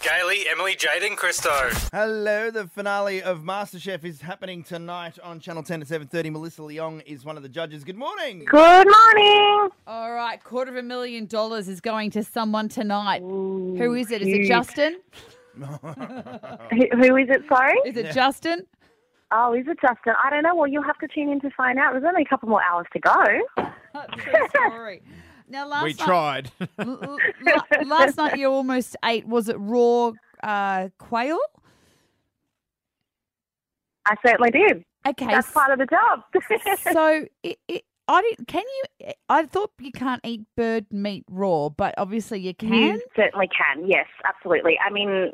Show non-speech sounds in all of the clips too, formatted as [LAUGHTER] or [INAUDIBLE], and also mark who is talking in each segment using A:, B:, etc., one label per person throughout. A: Gailey, Emily, Jade, and Christo.
B: Hello, the finale of MasterChef is happening tonight on Channel 10 at 7.30. Melissa Leong is one of the judges. Good morning.
C: Good morning.
D: All right, quarter of a million dollars is going to someone tonight.
C: Ooh,
D: Who is it? Is it
C: huge.
D: Justin?
C: Who, who is it? Sorry.
D: Is it Justin?
C: Oh, is it Justin? I don't know. Well, you'll have to tune in to find out. There's only a couple more hours to go.
D: True story. Now, last
E: We
D: night,
E: tried.
B: [LAUGHS]
D: l- l- la- last night you almost ate. Was it raw uh, quail?
C: I certainly did.
D: Okay,
C: That's part of the job. [LAUGHS]
D: so it, it, I didn't. Can you? I thought you can't eat bird meat raw, but obviously you can.
C: you certainly can. Yes, absolutely. I mean,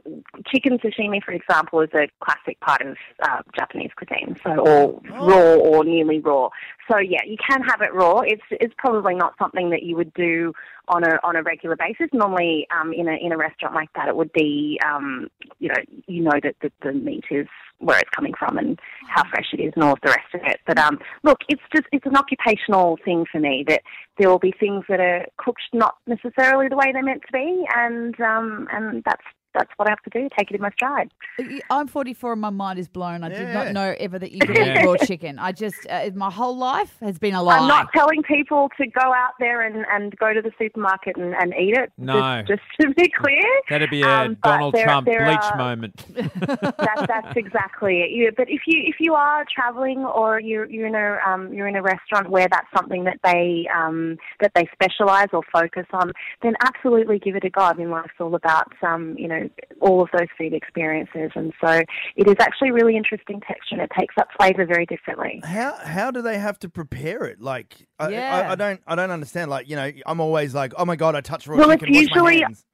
C: chicken sashimi, for example, is a classic part of uh, Japanese cuisine. So, or raw or nearly raw. So, yeah, you can have it raw. It's it's probably not something that you would do on a on a regular basis. Normally, um, in a in a restaurant like that, it would be um, you know you know that the, the meat is where it's coming from and how
D: Hmm.
C: fresh it is and all of the rest of it. But um, look, it's just it's an occupational thing for me that there will be things that are cooked not necessarily the way they're meant to be, and um, and that's that's what I have to do. Take it in my stride.
D: You- I'm 44 and my mind is blown. I did
B: Yeah.
D: not know ever that you could eat
E: Yeah.
D: raw chicken. I just uh, my whole life has been a lie.
C: I'm not telling people to go out there and, and go to the supermarket and, and eat it.
E: No.
C: just, just to be clear.
E: That'd be a
C: Um, but
E: Donald
C: there-
E: Trump
C: there
E: bleach
C: are-
E: moment.
C: [LAUGHS]
E: [LAUGHS]
C: that, that's exactly it. You, but if you if you are traveling or you're you're in a um, you're in a restaurant where that's something that they um, that they specialise or focus on, then absolutely give it a go. I mean, life's all about um, you know all of those food experiences, and so it is actually really interesting texture. and It takes up flavour very differently.
B: How how do they have to prepare it? Like, I, I,
D: Yeah.
B: I don't I don't understand. Like, you know, I'm always like, oh my god, I touched raw
C: Well, it's
B: chicken. wash my
C: usually- [LAUGHS]
B: hands.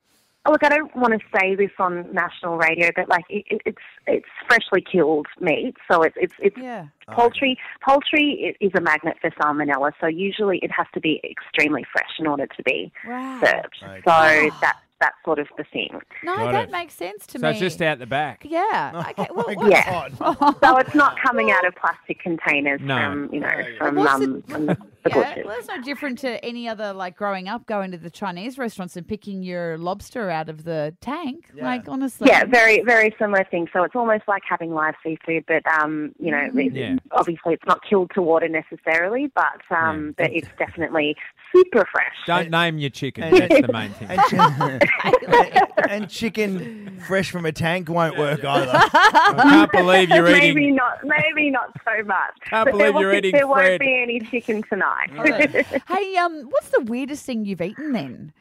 C: Oh, look, I don't want to say this on national radio, but like it, it, it's it's freshly killed meat, so it's it's it's
D: Yeah.
C: Poultry, poultry i- is a magnet for salmonella, so usually it has to be extremely fresh in order to be
D: Wow.
C: served.
B: Okay.
C: So that's that's sort of the thing.
D: No,
E: Got
D: that
E: it.
D: makes sense to
E: So
D: me.
E: it's just out the back.
C: [LAUGHS]
D: yeah.
B: [LAUGHS]
D: Okay. Well,
B: Thank
D: what-
C: Oh, Yeah.
B: Oh God.
C: [LAUGHS] So it's not coming out of plastic containers
E: No.
C: from you know
B: No.
C: from
D: What's
C: um
D: it-
C: from the
D: Yeah,
C: butchers.
D: well, it's no different to any other, like growing up, going to the Chinese restaurants and picking your lobster out of the tank.
B: Yeah.
D: Like, honestly.
C: Yeah, very very similar thing. So it's almost like having live seafood, but um, you know, it-
E: Mm. Yeah.
C: obviously it's not killed to water necessarily, but um, but it's definitely super fresh.
E: Don't name your chicken.
B: and-
E: That's the main thing.
B: And, chi- and- and chicken fresh from a tank won't work either.
E: I can't believe
C: [LAUGHS]
E: you're
C: maybe
E: eating.
C: not, maybe not so much.
E: Can't
C: but [LAUGHS] there,
E: believe
C: won't
E: you're
C: be-
E: eating
C: there
E: Fred.
C: won't be any chicken [LAUGHS] tonight.
D: Hey, um, what's the weirdest thing you've eaten then?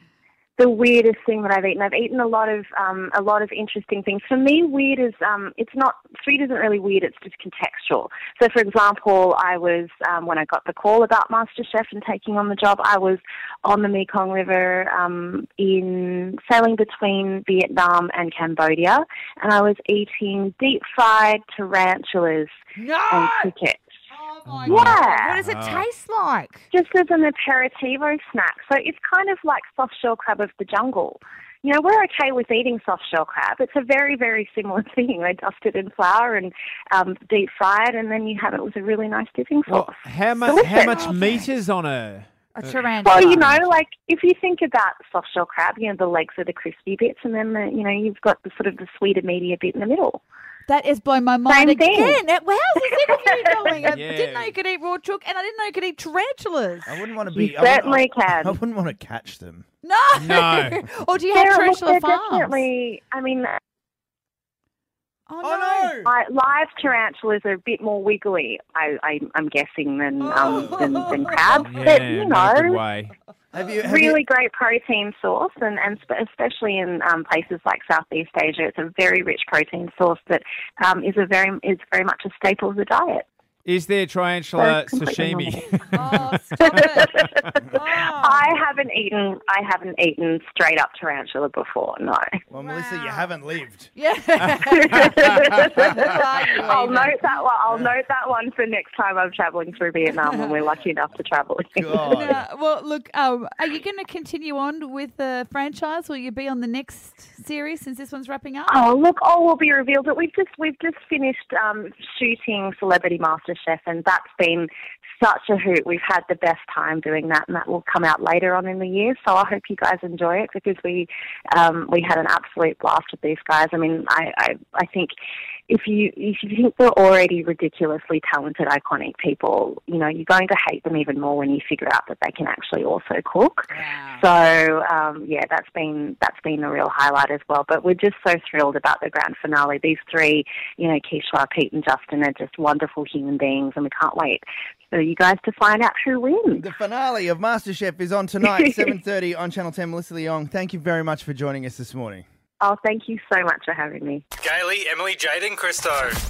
C: the weirdest thing that I've eaten. I've eaten a lot of um, a lot of interesting things. For me, weird is um, it's not food isn't really weird. It's just contextual. So, for example, I was um, when I got the call about MasterChef and taking on the job. I was on the Mekong River um, in sailing between Vietnam and Cambodia, and I was eating deep fried tarantulas and
D: No!
C: crickets.
D: Oh my
C: Um, Yeah.
D: What does it taste like?
C: just as an aperitivo snack. So it's kind of like soft shell crab of the jungle. You know, we're okay with eating soft shell crab. It's a very, very similar [LAUGHS] thing. They dust it in flour and um, deep fry it, and then you have it with a really nice dipping sauce.
E: Well, how
C: So
E: much?
C: listen.
E: How much meat is on her?
D: A tarantula.
C: Well, you know, like if you think about soft shell crab, you know, the legs are the crispy bits, and then the, you know you've got the sort of the sweeter, meatier bit in the middle.
D: That is blowing my mind
C: Same thing.
D: again. That- well, How's this interview going? I
E: Yeah.
D: didn't know you could eat raw chook, and I didn't know you could eat tarantulas.
B: I wouldn't want to be.
C: You
B: I wouldn't-
C: certainly
B: I,
C: can.
B: I wouldn't want to catch them.
D: No.
E: No.
D: [LAUGHS] or do you have
C: They're, look,
D: tarantula
C: they're
D: farms?
C: definitely. I mean,
D: Oh, no.
B: Oh no!
C: Li- live tarantulas are a bit more wiggly, I, I, I'm guessing, than
E: [LAUGHS]
C: um, than, than crabs. but
E: Yeah,
C: you
E: not a good
C: know,
E: way.
B: Have you have you-
C: really great protein source, and and spe- especially in um, places like Southeast Asia, it's a very rich protein source that um, is a very is very much a staple of the
E: [LAUGHS]
C: diet.
E: Is there tarantula
C: So completely
E: sashimi?
D: Oh,
C: [LAUGHS]
D: stop it. Oh.
C: I haven't eaten I haven't eaten straight up tarantula before. No.
B: well, Melissa, you haven't lived.
D: Yeah.
C: [LAUGHS] I'll note that one. I'll note that one for next time I'm traveling through Vietnam and we're lucky enough to travel.
B: God.
D: Uh, well, look, um, are you going to continue on with the franchise? Will you be on the next series since this one's wrapping up?
C: Oh look, all will be revealed. But we've just we've just finished um, shooting Celebrity Master Chef, and that's been such a hoot. We've had the best time doing that, and that will come out later on in the year. So I hope you guys enjoy it because we um, we had an absolute blast with these guys. I mean, I, I I think if you if you think they're already ridiculously talented, iconic people, you know, you're going to hate them even more when you figure out that they can actually also cook.
D: Wow.
C: So um, yeah, that's been that's been a real highlight as well. But we're just so thrilled about the grand finale. These three, you know, Keishla, Pete, and Justin are just wonderful human beings, and we can't wait for you guys to find out who wins.
B: The finale of MasterChef is on tonight, 7.30 on Channel 10. Melissa Leong, thank you very much for joining us this morning.
C: Oh, thank you so much for having me.
A: Gaily, Emily, Jade, and Christo.